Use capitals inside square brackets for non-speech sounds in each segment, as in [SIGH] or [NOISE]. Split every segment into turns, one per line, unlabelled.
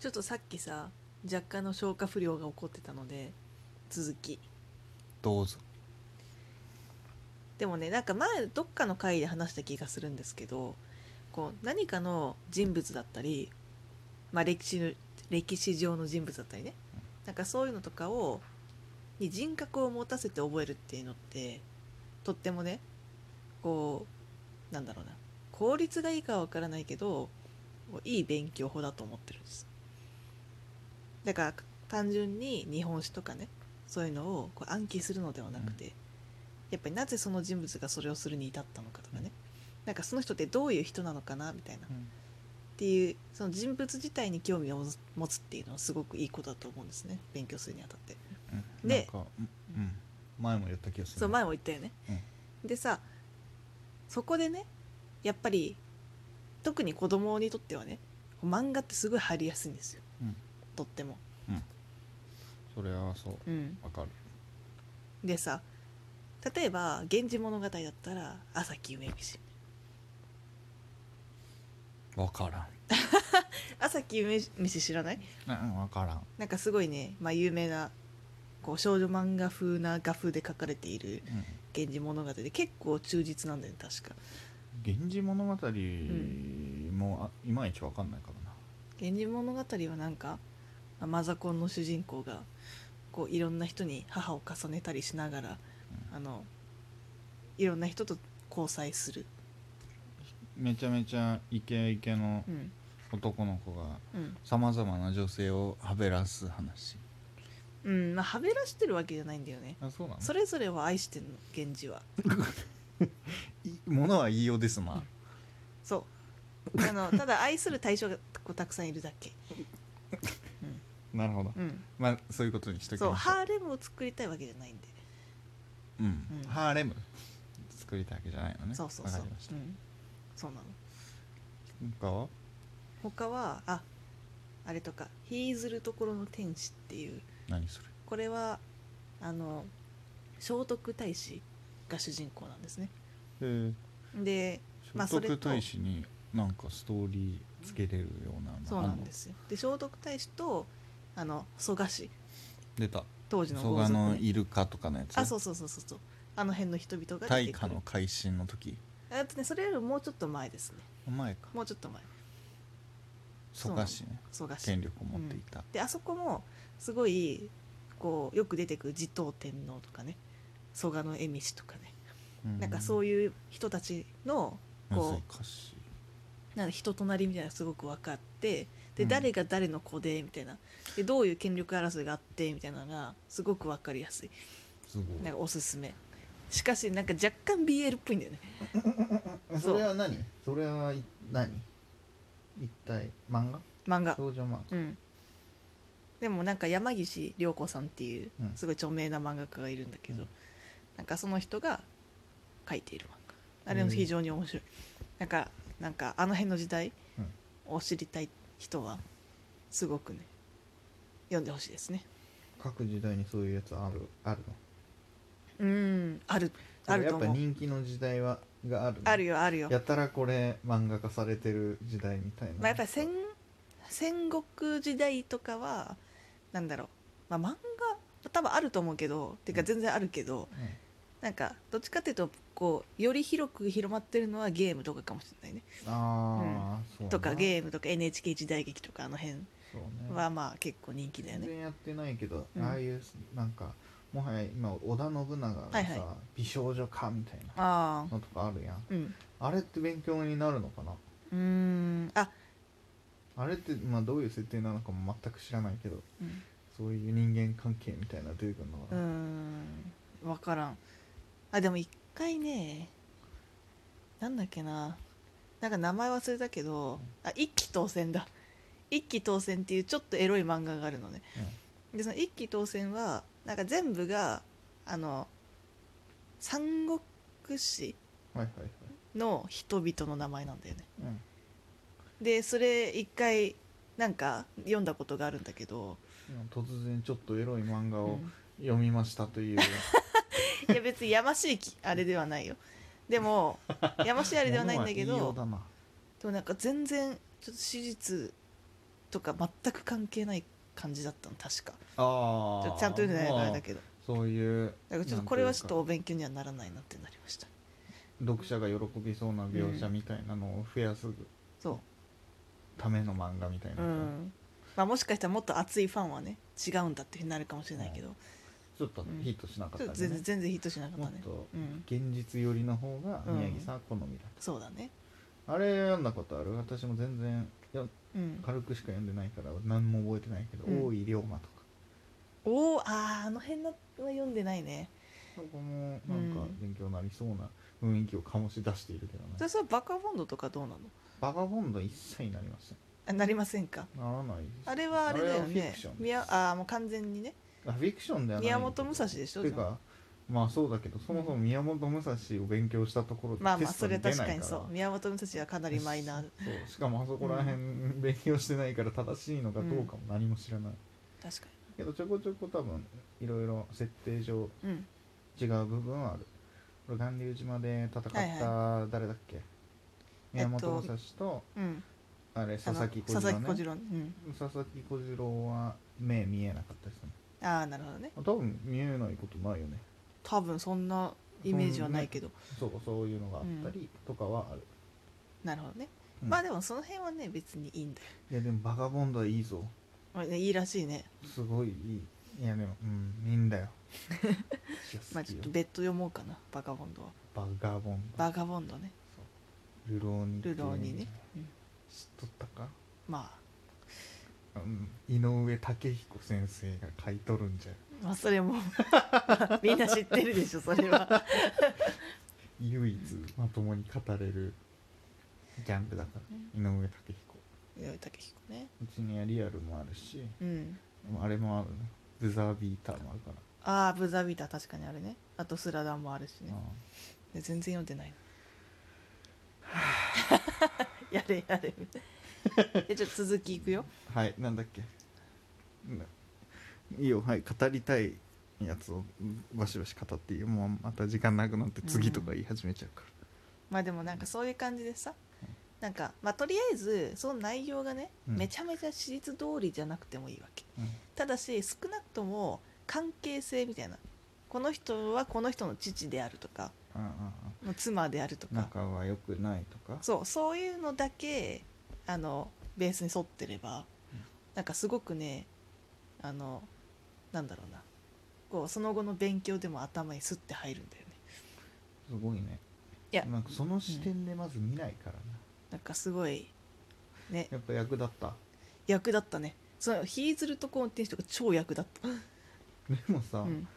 ちょっとさっきさ若干の消化不良が起こってたので続き
どうぞ
でもねなんか前どっかの回で話した気がするんですけどこう何かの人物だったり、まあ、歴史の歴史上の人物だったりねなんかそういうのとかをに人格を持たせて覚えるっていうのってとってもねこうなんだろうな効率がいいかは分からないけどこういい勉強法だと思ってるんですだから単純に日本史とかねそういうのをこう暗記するのではなくて、やっぱりなぜその人物がそれをするに至ったのかとかね、なんかその人ってどういう人なのかなみたいなっていうその人物自体に興味を持つっていうのはすごくいいことだと思うんですね勉強するにあたって
うん
で
なんかうんうん前も言った気がする
そう前も言ったよね、でさそこでねやっぱり特に子供にとってはね漫画ってすごい入りやすいんですよ
うん
とっても、
それはそ
う
う
ん、
わかる
でさ例えば「源氏物語」だったら「朝木梅吉」
わからん
朝木梅吉知らない
うんわからん
なんかすごいね、まあ、有名なこう少女漫画風な画風で書かれている
うん
「源氏物語」で結構忠実なんだよね確か
「源氏物語」もあいまいちわかんないからな
「源氏物語」はなんかまあマザコンの主人公がこういろんな人に母を重ねたりしながらあのいろんな人と交際する、
めちゃめちゃイケイケの
うん
男の子が
うん
さまざまな女性をはべらす話
うんまあ、はべらしてるわけじゃないんだよね
あそうなの
それぞれを愛してんの源氏はい
ものは言いようですな
そうあのただ愛する対象がこうたくさんいるだけ、
なるほど
うん、
まあそういうことにしとき
そう
ましょ
ハーレムを作りたいわけじゃないんで、
ううん
うん
ハーレム作りたいわけじゃないのね
そうそう
わ
そ
か
う
りまし、
う
た
ん、そうなの
他は
他はああれとか「ひいずるところの天使」っていう
何それ
これはあの聖徳太子が主人公なんですね
え
でまあ
聖
それ
徳
と
太子になんかストーリーつけれるようなの
そうなんですすよで聖徳太子とあの蘇我氏
出た
当時の
蘇
豪
我
族
の
ね、
イルカとかのやつ
あそうそうそうそうそうあの辺の人々が出
大
てく
化
る
の改新の時
あとねそれよりもうちょっと前ですね
前か
もうちょっと前
蘇我氏ね
蘇我氏
権力を持っていた、
であそこもすごいこうよく出てくる持統天皇とかね蘇我の恵美氏とかねなんかそう
い
いう人たちの
う
こう
難しい
なんか人となりみたいなのがすごく分かってで、
うん
誰が誰の子でみたいなでどういう権力争いがあってみたいなのがすごく分かりやすい
すごい
なんかおすすめしかしなんか若干 BL っぽいんだよねそう
それは何それはい何一体漫画
漫画
少女漫画
うんでもなんか山岸涼子さんっていう
うん
すごい著名な漫画家がいるんだけど、
うん
なんかその人が書いている漫画あれも非常に面白い、なんかなんかあの辺の時代
うん
を知りたい人はすごくね読んでほしいですね
各時代にそういうやつあるあるの
うんあるある
や
と
っぱ
思う
人気の時代はがあるの
あるよあるよ、
やたらこれ漫画化されてる時代みたいな、
まあ、やっぱり戦戦国時代とかはなんだろう、まあ、漫画多分あると思うけどていうか全然あるけど、
うん
なんかどっちかっていうとこうより広く広まってるのはゲームとかかもしれないね
ああ、そうな
とかゲームとか NHK 時代劇とかあの辺
そうね
はまあ結構人気だよ
全
ね
然やってないけど、
うん
ああいうなんかもはや今織田信長がさ、
はいは
美少女化みたいな
ああ
のとかあるやん
うん
あれって勉強になるのかな
うーんあ、
あれって、まあ、どういう設定なのかも全く知らないけど
うん
そういう人間関係みたいなの出てくるの
う
か
ー
な、
ん分からんあでも一回ねなんだっけななんか名前忘れたけどあ一期当選だ一期当選っていうちょっとエロい漫画があるのね、でその一期当選はなんか全部があの三国志
はいはいはい
の人々の名前なんだよね
うん
でそれ一回なんか読んだことがあるんだけど、
突然ちょっとエロい漫画
う
を
ん
読みましたという、
[LAUGHS] いや別にやましいきあれではないよでもやましいあれではないんだけ
物は言いよ
ど
うだな
でもなんか全然ちょっと史実とか全く関係ない感じだったの確か
あ
ちょ
あ
ちゃんと言うのない
ま
あ
あ
れだけど
そういう
だからちょっとこれはちょっとお勉強にはならないなってなりました
なんていうか読者が喜びそうな描写みたいなのを増やす
そ
ための漫画みたいな
う、う
さ、
んまあ、もしかしたらもっと熱いファンはね違うんだっていうふうになるかもしれないけど、
ちょっとヒットしなかっ
ち
た
ょっ
り
と全
ね
然全然ヒットしなかった
もっ
ね
と
うん
現実寄りの方が宮城さんは好みだ、
そうだね
あれ読んだことある私も全然よ
うん
軽くしか読んでないから何も覚えてないけど、
うん
大井龍馬とか
おおあーあの辺のは読んでないね
そこもなんか勉強になりそうな雰囲気を醸し出しているけどね、
それそれバカボンドとかどうなの
バガボンド一切なりません
あなりませんか
ならない
あれはあれだよ
あれはフィ
ね
クションです
宮あーもう完全にね
あフィクションではない
宮本武蔵でしょ
ていうかまあそうだけどそもそも宮本武蔵を勉強したところで
まあま
テ
あ
ス
そ
ト
れは
出ない
確
ら
かにそう宮本武蔵はかなりマイナー
そうしかもあそこら辺勉強してないから正しいのかどうかも何も知らない、
確か
けどちょこちょこ多分いろいろ設定上
にうん
違う部分はあるこれ巌流島で戦った
はい
誰だっけ、
えっと
宮本武蔵と
うん
あれ佐々
あ
木
の
小
佐
次
々木小次
郎ね
郎うん
佐々木小次郎は目見えなかったですね
ああなるほどね
多分見えないことないよね
多分そんなイメージはないけど、
そうそういうのがあったりとかはある、
なるほどね、
うん
まあでもその辺はね別にいいんだよ
いやでもバガボンドはいいぞ
まあねいいらしいね
すごいいいいやでもうんいいんだよ
まあちょっ
いや好きよ
と別途読もうかなバカボンドは
バガボンド
バカボンドね
ルローニっていう
ルローニねうん
知っとったか
ま
うん、井上武彦先生が書いとるんじゃ
あまあそれも [LAUGHS] みんな知ってるでしょそれは
唯一まともに語れるジャンルだから、井上武彦
井上武彦ね
うちにはリアルもあるし
うん
あれもあるねブザービーターもあるから、
ああブザービーター確かにあるねあとスラダンもあるしね
あ
で全然読んでないの [LAUGHS] やれやれ [LAUGHS] えじゃあ続きいくよ
あはいなんだっけないいよはい語りたいやつをバシバシ語っていいよもうまた時間なくなって次とか言い始めちゃうから、
まあでもなんかそういう感じでさなんかまあとりあえずその内容がね、
うん
めちゃめちゃ史実通りじゃなくてもいいわけ
うん
ただし少なくとも関係性みたいなこの人はこの人の父であるとか
うんうん
もう妻であると
うん、
か
仲は良くないとか
そうそういうのだけあのベースに沿ってれば
うん
なんかすごくねあのなんだろうなこうその後の勉強でも頭にスッて入るんだよね
すごいね
いや
なんかその視点でまず見ないからな、
なんかすごいね
やっぱ役立った [LAUGHS]
役立ったねそのヒーズルとコーンっていう人が超役立っ
でもさ、
た、うん、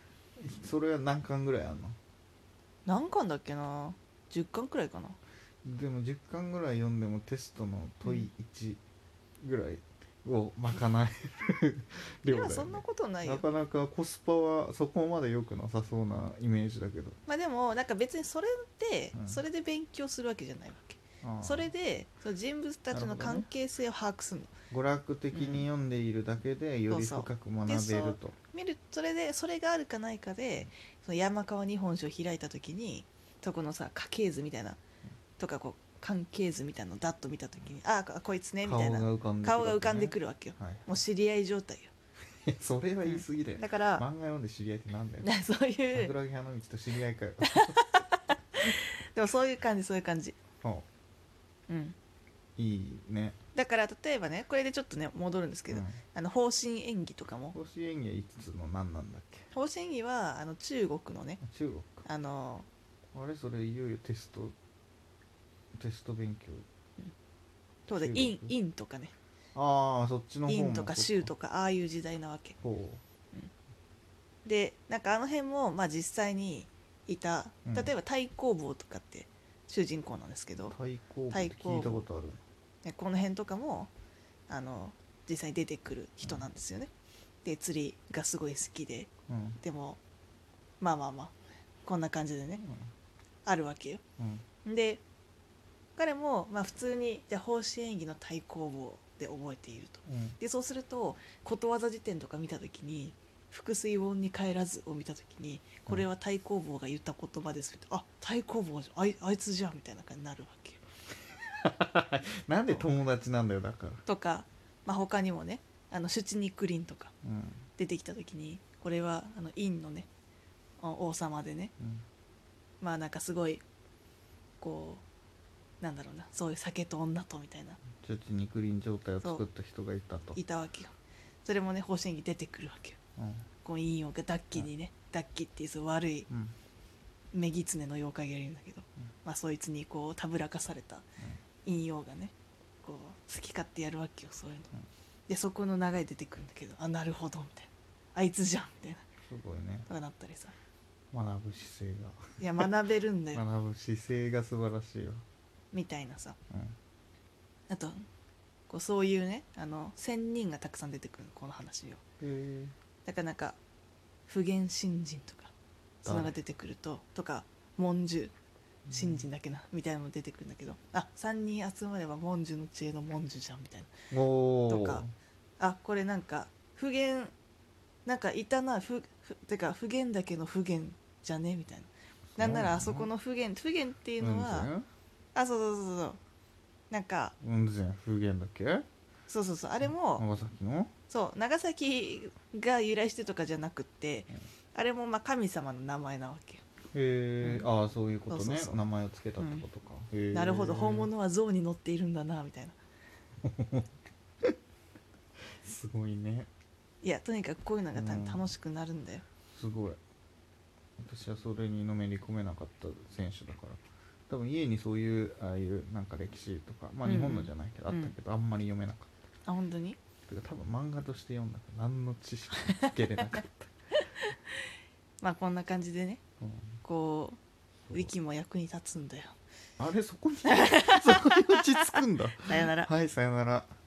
それは何巻ぐらいあんの
何巻だっけな10巻くらいかな
でも10巻ぐらい読んでもテストの問い1ぐらいを賄える [LAUGHS] 量
い
だよ、
や
ね、
そんなことないよ
なかなかコスパはそこまで良くなさそうなイメージだけど
まあでもなんか別にそれで、
うん
それで勉強するわけじゃないわけ
ああ
それでその人物たちの
なるほどね
関係性を把握するの
娯楽的に読んでいるだけでより深く学べる
そうそう
と、
見るそれでそれがあるかないかでその山川日本酒を開いた時にそこのさ家系図みたいなとかこう関係図みたいなのをダッと見た時にああこいつねみたいな
浮かんでくるわけね、
顔が浮かんでく
る、
るわけよ
はい、
もう知り合い状態よ
[LAUGHS] それは言い過
[LAUGHS]
ぎだよ、
だから、
漫画読んで知り合いってなんだよ
[LAUGHS] そういう
桜木花道と知り合
[LAUGHS]
いかよ
でもそういう感じそういう感じ、
そ
うん、
ういいね、
だから例えばねこれでちょっとね戻るんですけ
う
ど、
ん
あの方針演技とかも
甲子園芸5つの何なんだっけ
方針演技はあの中国のね
中国
あの
あれそれいよいよテストテスト勉強
当然
中国
陰陰とかね
ああそっちの方も
陰とか州とかああいう時代なわけ
ほ
でなんかあの辺も、まあ、実際にいた
うん
例えば太公坊とかって主人公なんですけど、
う対抗部って聞いたことある
ねこの辺とかもあの実際に出てくる人なんですよね。で釣りがすごい好きで
うん
でもまあまあまあこんな感じでね
う
あるわけよ。
ん
で彼も、まあ、普通にじゃあ奉仕演技の太公坊で覚えていると。
うん
でそうするとことわざ辞典とか見た時に「腹水本に帰らず」を見た時にこれは太公坊が言った言葉ですけど「あ太公坊じゃあいあいつじゃん」みたいな感じになるわけよ。
なんで友達なんだよだから
とかまあ、他にもねあのシュチニックリンとか
うん
出てきた時にこれはあのインのねあ王様でね
うん
まあなんかすごいこうなんだろうなそういう酒と女とみたいな
ちょっと肉林状態を作った人がいたと
いたわけよそれもね方針に出てくるわけよ
うん
こう陰陽がダッキにね、ダッキっていうそう悪い
うん
女狐の妖怪がいるんだけど、まあそいつにこうたぶらかされた陰陽がねこう好き勝手やるわけよそういうの、
うん
でそこの流れ出てくるんだけどあなるほどみたいなあいつじゃんみたいな
すごいね
とかなったりさ
学ぶ姿勢が
いや学べるん [LAUGHS] だよ
学ぶ姿勢が素晴らしいわ
みたいなさ
うん
あとこうそういうねあの仙人がたくさん出てくるのこの話よ
へ
だからなんか普賢新人とかそういうのが出てくるととか文殊新人だけな、みたいなのも出てくるんだけどあ三3人集まれば文殊の知恵の文殊じゃんみたいな
えおお
とかあこれなんか普賢なんかいたなふふてか普賢だけの普賢じゃねみたいななんならあそこの普賢普賢っていうのは、あそうそうそうそうなんか
雲仙風源だっけ
そうそうそうあれも、
長崎の
そう長崎が由来してとかじゃなくって、あれもまあ神様の名前なわけよ、
へえ、
う
ああそういうことね
そうそうそう
名前を付けたってことか、へえ
なるほど本物は象に乗っているんだなみたいな
すごいね
いやとにかくこういうのがた
うん
楽しくなるんだよ、
すごい私はそれにのめり込めなかった選手だから多分家にそういうああいうなんか歴史とかまあ
うん
日本のじゃないけど、あったけど、あんまり読めなかっ
あ本当に
たてか多分漫画として読んだから何の知識もつけれなかった、
まあこんな感じでね
うん
こうウィ
そう
キも役に立つんだよ
[LAUGHS] あれそこにそこに落ち着くんだ
[LAUGHS] さよなら
はいさよなら